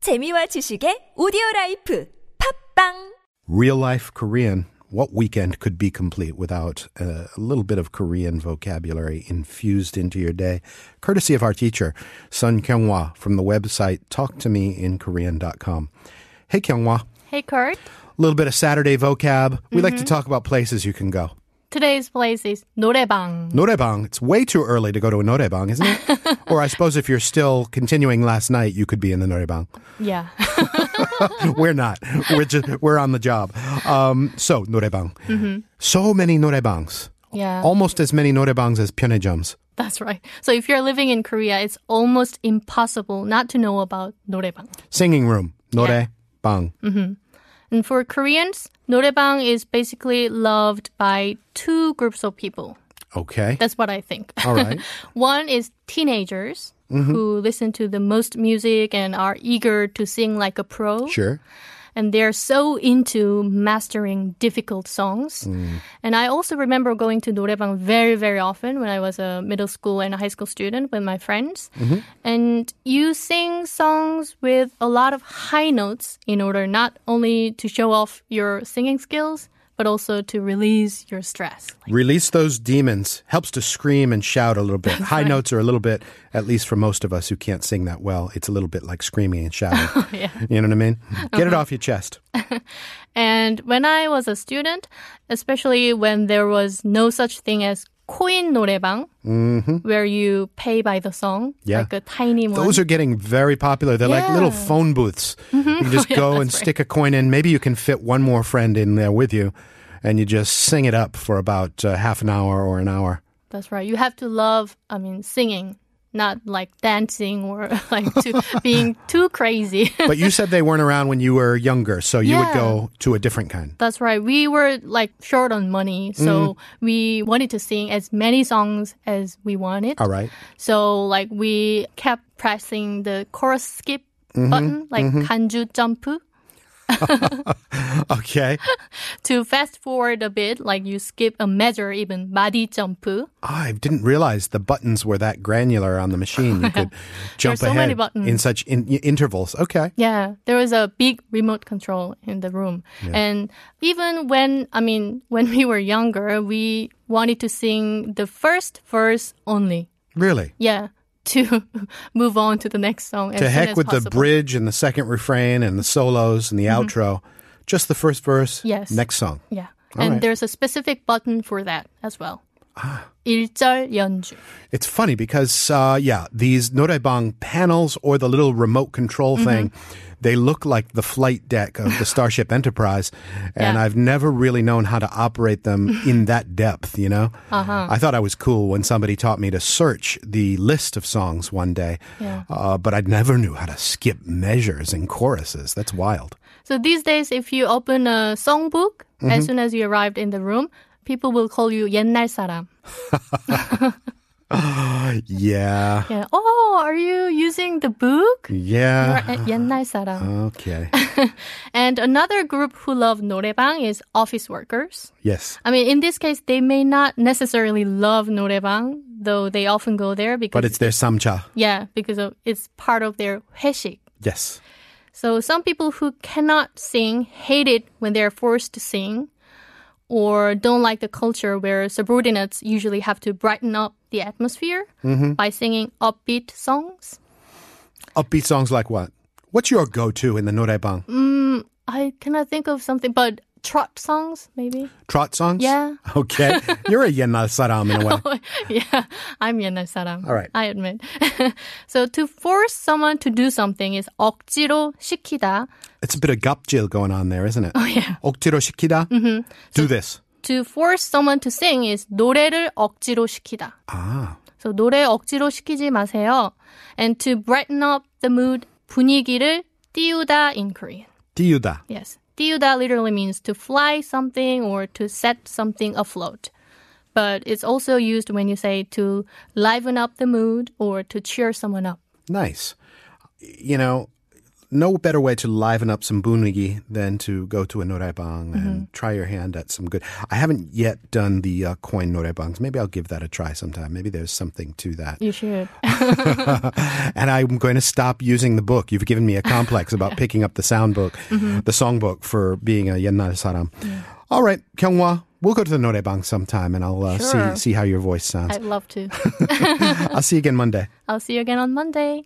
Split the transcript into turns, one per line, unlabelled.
재미와 지식의 오디오 라이프 팝빵
real life Korean, what weekend could be complete without uh, a little bit of Korean vocabulary infused into your day? Courtesy of our teacher, Sun Kyung-hwa, from the website talktomeinkorean.com. Hey, Kyung-hwa.
Hey, Kurt.
A little bit of Saturday vocab. We like to talk about places you can go.
Today's place is 노래방.
Norebang. It's way too early to go to a norebang, isn't it? or I suppose if you're still continuing last night, you could be in the norebang.
Yeah.
we're not. We're just we're on the job. Um, so norebang. So many norebangs.
Yeah.
Almost as many norebangs as pyeonhaejums.
That's right. So if you're living in Korea, it's almost impossible not to know about 노래방.
Singing room. Norebang.
And for Koreans, 노래방 is basically loved by two groups of people.
Okay.
That's what I think.
All right. Mm-hmm.
One is teenagers who listen to the most music and are eager to sing like a pro.
Sure.
and they're so into mastering difficult songs.
Mm.
And I also remember going to 노래방 very, very often when I was a middle school and high school student with my friends.
Mm-hmm.
And you sing songs with a lot of high notes in order not only to show off your singing skills, but also to release your stress.
Release those demons helps to scream and shout a little bit. High notes are a little bit, at least for most of us who can't sing that well, it's a little bit like screaming and shouting.
Oh, Yeah. Uh-huh.
You know what I mean? Get it off your chest.
And when I was a student, especially when there was no such thing as 코인 노래방, where you pay by the song,
Mm-hmm. Yeah.
like a tiny one.
Those are getting very popular. They're like little
Yeah. Mm-hmm. Oh,
phone booths. You can just go and stick a coin in. Maybe you can fit one more friend in there with you, and you just sing it up for about uh, half an hour or an hour.
That's right. You have to love, I mean, singing, not like dancing or like too, being too crazy.
But you said they weren't around when you were younger, so you would
Yeah.
go to a different kind.
That's right. We were like short on money,
Mm.
so we wanted to sing as many songs as we wanted.
All right.
So like we kept pressing the chorus skip
Mm-hmm.
button, like kanju jump.
Okay.
to fast forward a bit, like you skip a measure, even body jump.
I didn't realize the buttons were that granular on the machine. You could jump
so
ahead
many buttons.
in such in- intervals. Okay.
Yeah, there was a big remote control in the room. And even when, I mean, when we were younger, we wanted to sing the first verse only.
Really?
Yeah, to move on to the next song. as
to
soon
heck
as
with the
possible. Mm-hmm.
bridge and the second refrain and the solos and the outro. Just the first verse.
Yes.
Next song.
Yeah.
All
and
right.
there's a specific button for that as well. Ah. 1절 연주.
It's funny because, uh, yeah, these Norebang panels or the little remote control
Mm-hmm.
thing, they look like the flight deck of the Starship Enterprise. And
Yeah.
I've never really known how to operate them in that depth, you know? Uh-huh. I thought I was cool when somebody taught me to search the list of songs one day,
Yeah.
uh, but I never knew how to skip measures and choruses. That's wild.
So these days, if you open a songbook,
Mm-hmm.
as soon as you arrived in the room, people will call you 옛날 사람.
Yeah.
Yeah. Oh, are you using the book? You're
Yeah.
a 옛날 사람.
Okay.
And another group who love 노래방 is office workers.
Yes.
I mean, in this case, they may not necessarily love 노래방, though they often go there because
But it's their samcha.
yeah, because of, it's part of their 회식.
Yes.
So some people who cannot sing hate it when they're forced to sing or don't like the culture where subordinates usually have to brighten up the atmosphere
Mm-hmm.
by singing upbeat songs.
Upbeat songs like what? What's your go-to in the norebang?
I cannot think of something, but trot songs maybe.
Trot songs?
Yeah.
Okay. You're a Yenna Saram in a way.
yeah, I'm 옛날 사람.
All right.
I admit. so to force someone to do something is 억지로 시키다.
It's a bit of gapjil going on there, isn't it? Oh, yeah. Oktiro shikida? Mm-hmm. Do this.
To force someone to sing is 노래를 억지로 시키다.
Ah.
So 노래 억지로 시키지 마세요. And to brighten up the mood, 분위기를 띄우다 in Korean.
Tiyuda.
Yes. 띄우다 literally means to fly something or to set something afloat. But it's also used when you say to liven up the mood or to cheer someone up.
Nice. You know, no better way to liven up some bunigi than to go to a norebang and try your hand at some good. I haven't yet done the uh, coin norebangs. Maybe I'll give that a try sometime. Maybe there's something to that.
You should.
and I'm going to stop using the book. You've given me a complex about picking up the sound book, the song book for being a Yennarisaram. All right, Kyunghwa, we'll go to the Norebang sometime and I'll uh,
Sure.
see, see how your voice sounds.
I'd love to.
I'll see you again Monday.
I'll see you again on Monday.